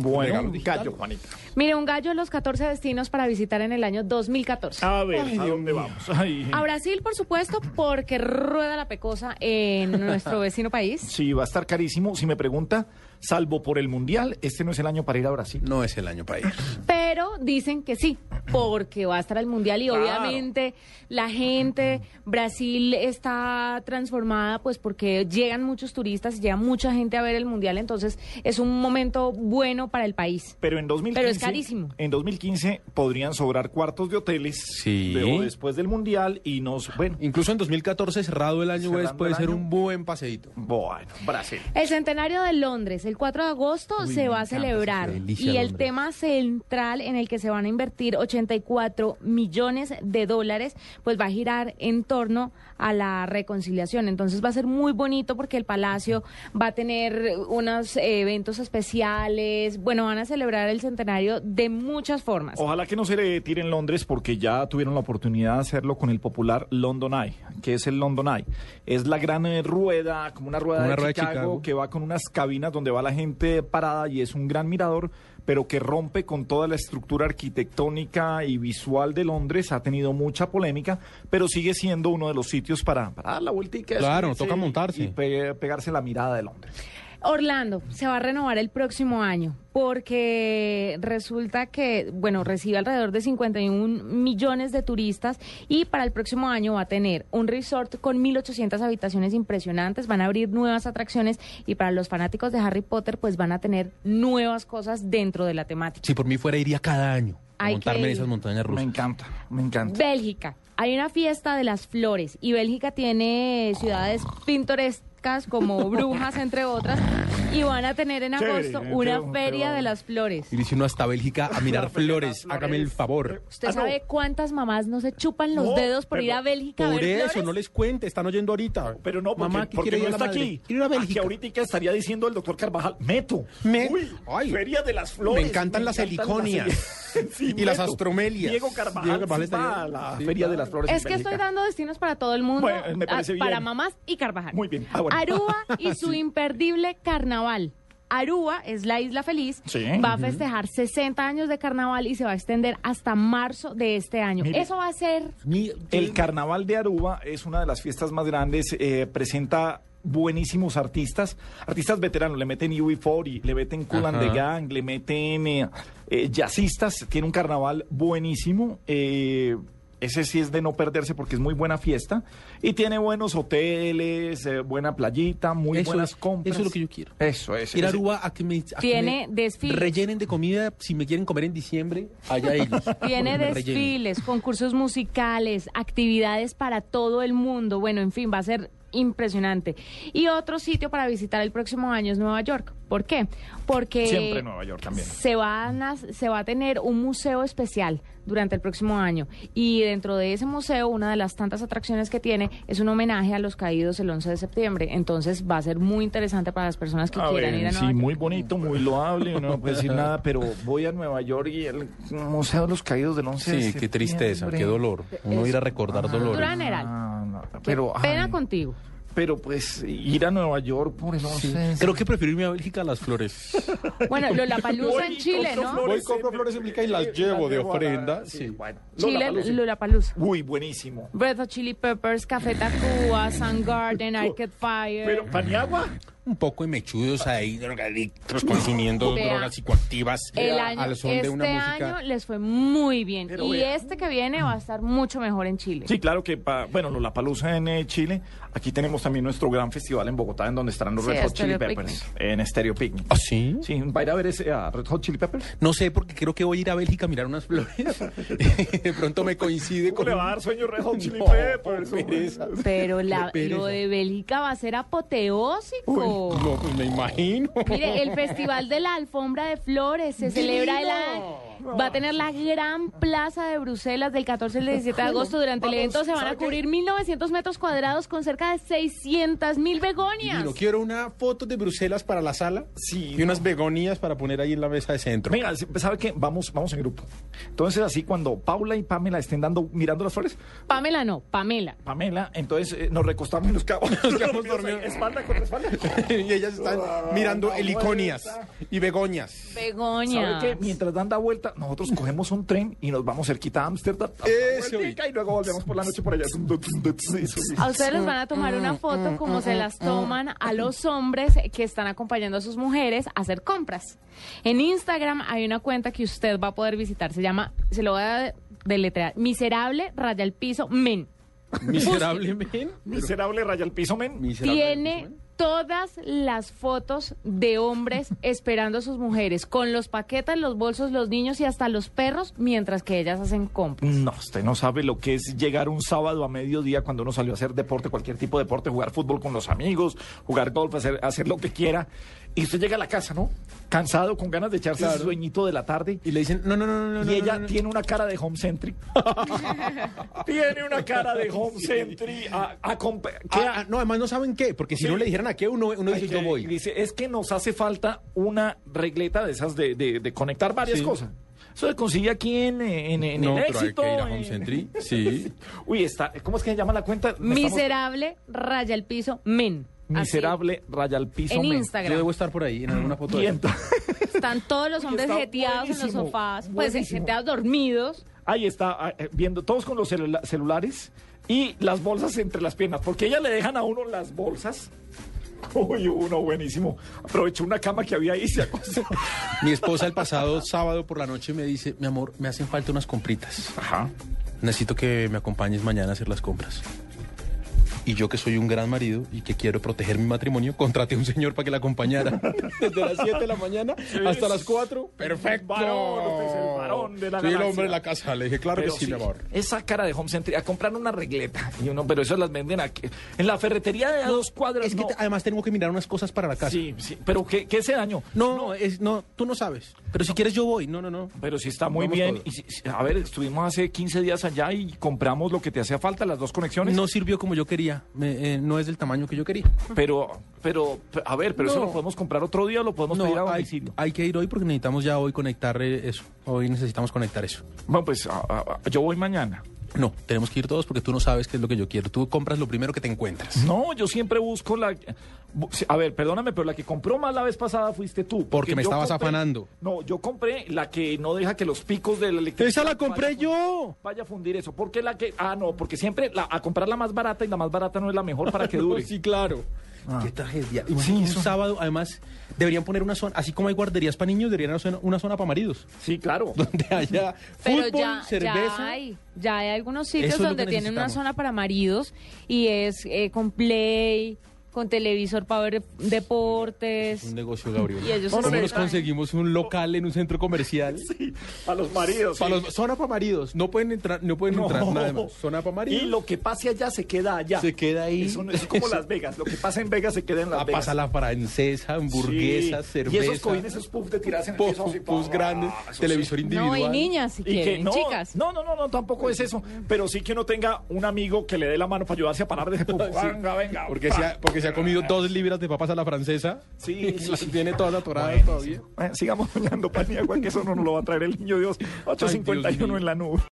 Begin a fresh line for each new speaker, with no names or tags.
Bueno, un gallo, Este Juanita.
Mire, un gallo los 14 destinos para visitar en el año 2014.
A ver, ¿a dónde vamos? Ay.
A Brasil, por supuesto, porque rueda la pecosa en nuestro vecino país.
Sí, va a estar carísimo. Si me pregunta, salvo por el Mundial, este no es el año para ir a Brasil.
No es el año para ir.
Pero dicen que sí, porque va a estar el Mundial y
Claro.
obviamente la gente, Brasil está transformada pues porque llegan muchos turistas, llega mucha gente a ver el Mundial, entonces es un momento bueno para el país.
Pero en 2015.
Pero es carísimo.
En 2015 podrían sobrar cuartos de hoteles.
Sí.
de- o después del Mundial y nos. Bueno,
Incluso en 2014, cerrado el año,
Cerrando
es- puede
el
ser
año.
un buen paseíto.
bueno, Brasil.
El centenario de Londres, el 4 de agosto, se va a celebrar.
delicia
Y el
Londres.
tema central en el que se van a invertir 84 millones de dólares, pues va a girar en torno a la reconciliación. Entonces va a ser muy bonito porque el palacio va a tener unos eh, eventos especiales. Bueno, van a celebrar el centenario de muchas formas.
Ojalá que no se le tire en Londres porque ya tuvieron la oportunidad de hacerlo con el popular London Eye. que es el London Eye? Es la gran eh, rueda, como una rueda,
Una
de,
rueda de
Chicago,
Chicago.
que va con unas cabinas donde va la gente parada y es un gran mirador, pero que rompe con toda la estructura arquitectónica y visual de Londres. Ha tenido mucha polémica, pero sigue siendo uno de los sitios para, para dar la vueltica.
Claro,
subirse
toca
y-
montarse.
Y pe- pegarse la mirada de Londres.
Orlando se va a renovar el próximo año porque resulta que, bueno, recibe alrededor de 51 millones de turistas y para el próximo año va a tener un resort con 1.800 habitaciones impresionantes, van a abrir nuevas atracciones y para los fanáticos de Harry Potter pues van a tener nuevas cosas dentro de la temática.
Si por mí fuera, iría cada año a
Hay
montarme
que
en
ir.
esas montañas
Me
rusas.
encanta, me encanta.
Bélgica, hay una fiesta de las flores y Bélgica tiene ciudades pintorescas como Brujas entre otras y van a tener en
Chévere,
agosto
qué
una
bueno, qué
feria de
bueno.
las flores.
Y dice uno hasta Bélgica a mirar flores. Hágame el favor.
¿Usted
Ah, no.
sabe cuántas mamás no se chupan los
No,
dedos por
pero
ir a Bélgica a
Por
ver
eso,
flores?
no les cuente. Están oyendo ahorita.
Pero no, porque,
Mamá, ¿qué
porque
quiere
no
ir a la
está
madre?
aquí.
Quiero ir a
Que
Bélgica.
ahorita estaría diciendo el doctor Carvajal, meto.
Me-
Uy,
Ay.
feria de las flores.
Me encantan las heliconias.
heli- Sí,
Y las astromelias.
Diego Carvajal,
Diego Carvajal
sí va
estaría-
a la
sí,
feria
claro.
de las flores.
Es
en
que estoy
Bélgica.
dando destinos para todo el mundo,
Bueno, me parece
ah, para
bien.
mamás y Carvajal.
Muy bien, ah, bueno.
Aruba y su imperdible carnaval. Aruba es la isla feliz,
Sí.
va a festejar 60 años de carnaval y se va a extender hasta marzo de este año.
Mire.
Eso va a ser
Mi-
El Carnaval de Aruba es una de las fiestas más grandes, eh, presenta buenísimos artistas, artistas veteranos, le meten UB40, le meten Cool and the
Ajá.
Gang, le meten eh, eh, jazzistas, tiene un carnaval buenísimo, eh, ese sí es de no perderse porque es muy buena fiesta y tiene buenos hoteles, eh, buena playita, muy
Eso
buenas
es-
compras.
eso es lo que yo quiero.
Eso, eso.
Ir a
eso.
Aruba a que me, a que
Tiene
me
desfiles.
rellenen de comida. Si me quieren comer en diciembre, allá ellos.
Tiene
Me rellenen.
desfiles, concursos musicales, actividades para todo el mundo. Bueno, en fin, va a ser impresionante. Y otro sitio para visitar el próximo año es Nueva York. ¿Por qué? Porque
Siempre Nueva York también.
se, van a, se va a tener un museo especial durante el próximo año. Y dentro de ese museo, una de las tantas atracciones que tiene es un homenaje a los caídos el 11 de septiembre. Entonces va a ser muy interesante para las personas que
A
quieran
ver,
ir a Nueva
Ah, sí,
York.
muy bonito, muy loable, no puedo decir nada, pero voy a Nueva York y el Museo de los Caídos del 11 de
Sí, qué tristeza,
septiembre.
qué dolor. Uno ir a recordar dolores.
Durán era-
Ah, no, pero,
Pena
ay,
contigo.
pero pues ir a Nueva York por el 11 de
Creo que prefiero irme a Bélgica a las flores.
Bueno, Lollapalooza
Voy
en
y
Chile,
compro
¿no?
flores
Voy, compro
en-
flores en Blica y las llevo de
a la-
ofrenda,
sí,
sí.
bueno.
Chile,
Lollapalooza.
Lollapalooza.
Uy, buenísimo.
Breath of Chili Peppers, Café Tacuba, Sun Garden, Arcade Fire.
Pero Paniagua,
Un poco de mechudos ahí, drogadictos, consumiendo
Vea.
drogas psicoactivas
el
a-
año,
al son
este
de una música.
año les fue muy bien.
Pero
y
vea.
este que viene va a estar mucho mejor en Chile.
Sí, claro que, pa- bueno, la palusa en eh, Chile. Aquí tenemos también nuestro gran festival en Bogotá, en donde estarán los
Sí,
Red Hot Chili
Stereo
Peppers, en Stereo Picnic.
¿Ah, sí?
Sí, ¿va a ir a ver ese, a Red Hot Chili Peppers?
No sé, porque creo que voy a ir a Bélgica a mirar unas flores. de pronto me coincide
¿Cómo
con...
le va a dar sueño Red Hot Chili
No, pues,
Peppers?
por pereza.
Pero la-
Qué pereza.
lo de Bélgica va a ser apoteósico.
No, pues me imagino.
Mire, el Festival de la Alfombra de Flores se celebra el año. Va a tener la gran plaza de Bruselas del 14 al 17 de agosto. Durante el evento se van a cubrir 1.900 metros cuadrados con cerca de 600.000
Y
begonias.
no quiero una foto de Bruselas para la sala
Sí,
y unas begonías para poner ahí en la mesa de centro.
Venga, ¿sabe qué? Vamos, vamos en grupo. Entonces, así cuando Paula y Pamela estén dando, mirando las flores,
Pamela no, Pamela.
Pamela, entonces eh, nos recostamos y nos quedamos,
quedamos dormidos.
Espalda contra espalda.
y ellas están
Ah,
mirando heliconias y begoñas.
Begoña.
¿Sabe qué? Mientras dan la vuelta, nosotros cogemos un tren y nos vamos cerquita a Ámsterdam.
Eso,
vueltica, Y luego volvemos por la noche por allá.
A ustedes les van a tomar una foto como se las toman a los hombres que están acompañando a sus mujeres a hacer compras. En Instagram hay una cuenta que usted va a poder visitar. Se llama, se lo voy a deletrear, miserable raya el piso men.
Miserablemente.
Miserable raya al piso, men.
Tiene todas las fotos de hombres esperando a sus mujeres con los paquetes, los bolsos, los niños y hasta los perros mientras que ellas hacen compras.
No, usted no sabe lo que es llegar un sábado a mediodía cuando uno salió a hacer deporte, cualquier tipo de deporte, jugar fútbol con los amigos, jugar golf, hacer, hacer lo que quiera. Y usted llega a la casa, ¿no? Cansado, con ganas de echarse
Claro.
ese sueñito de la tarde.
Y le dicen, no, no, no, no, no.
Y ella
no, no, no.
tiene una cara de home centry. tiene una cara de home centry. A, a comp- que
Ah,
a-
ah, no, además no saben qué, porque si
Sí.
no le dijeran a qué, uno, uno dice,
Ay,
yo
que-
voy.
Dice, es que nos hace falta una regleta de esas de, de- de conectar varias
Sí.
cosas. Eso se consigue aquí en, en, en
no,
el éxito.
pero hay que ir a Home
en-
Century. Sí.
Uy, está, ¿cómo es que se llama la cuenta? Me estamos-
Miserable raya el piso men. Así.
Miserable, raya al piso.
En
men.
Instagram.
Yo debo estar por ahí en alguna foto.
Y
de
ento-
Están todos los
Oye,
hombres
está
jeteados en los
buenísimo,
sofás, pues
buenísimo.
jeteados dormidos.
Ahí está, ah, eh, viendo todos con los celula- celulares y las bolsas entre las piernas, porque ellas le dejan a uno las bolsas. Uy, uno buenísimo. Aprovechó una cama que había ahí y se acostó.
Mi esposa el pasado sábado por la noche me dice, mi amor, me hacen falta unas compritas.
Ajá.
Necesito que me acompañes mañana a hacer las compras. Y yo que soy un gran marido y que quiero proteger mi matrimonio, contraté a un señor para que la acompañara. Desde las 7 de la mañana hasta las 4. Perfecto.
Varón, usted es el varón de la
Soy el
galaxia.
hombre de la casa. Le dije, claro
Pero
que sí,
sí,
mi amor.
Esa cara de Home Center, a comprar una regleta. Y uno, pero esas las venden aquí. En la ferretería de a dos cuadras.
Es que
no.
te- además tengo que mirar unas cosas para la casa.
Sí, sí. Pero ¿qué, qué se daño?
No, no, es, no, tú no sabes. Pero si quieres yo voy. No, no, no.
Pero sí está muy
Vamos
bien.
todos.
Y si- si- a ver, estuvimos hace 15 días allá y compramos lo que te hacía falta, las dos conexiones.
No sirvió como yo quería. Me- eh, no es del tamaño que yo quería.
Pero, pero, a ver, pero eso
No.
lo podemos comprar otro día o lo podemos pedir a
No, hay,
domicilio.
hay que ir hoy porque necesitamos ya hoy conectar eh, eso. Hoy necesitamos conectar eso.
Bueno, pues a- a- a- yo voy mañana.
No, tenemos que ir todos porque tú no sabes qué es lo que yo quiero. Tú compras lo primero que te encuentras.
No, yo siempre busco la. bu- sí, A ver, perdóname, pero la que compró más la vez pasada fuiste tú.
Porque me
yo
estabas afanando.
No, yo compré la que no deja que los picos de la electricidad.
Esa la compré
vayan-
yo.
Vaya a fundir eso. Porque la que. Ah, no, porque siempre la- a comprar la más barata y la más barata no es la mejor para que dure.
Sí, claro. Qué tragedia.
Sí,
un
eso.
sábado, además, deberían poner una zona, así como hay guarderías para niños, deberían hacer una zona para maridos.
Sí, claro.
Donde haya
Pero
fútbol,
ya,
cerveza.
ya hay, ya hay algunos
Eso
sitios
es lo
donde
que
tienen una
necesitamos.
zona para maridos y es eh, con play, con televisor para ver deportes.
Es un negocio, Gabriel.
Y ellos
¿Cómo
se
nos
traen.
conseguimos un local en un centro comercial?
Para los maridos.
Para
sí.
los, zona para maridos. No pueden entrar, no pueden
No.
entrar nada más. Zona para maridos.
Y lo que pase allá se queda allá.
Se queda ahí.
Eso no- es como Las Vegas. Lo que pasa en Vegas se queda en Las
Ah,
Vegas.
pasa la francesa, hamburguesas,
Sí.
cerveza.
Y esos cojines, esos puffs de tirarse en el
Pos,
piso así, pa-
grandes,
ah, eso sí.
televisor individual.
No, y niñas si
Y que
quieren,
no,
chicas.
No, no, no, no, tampoco es eso. Pero sí que uno tenga un amigo que le dé la mano para ayudarse a parar de ese puff. Venga, venga.
Porque
pa.
se, ha, porque se ha comido dos libras de papas a la francesa.
Sí, sí,
Las
sí.
tiene todas atoradas todavía.
Eh, sigamos soñando pan y agua, que eso no nos lo va a traer el niño Dios. 8.51
mío.
en la nube.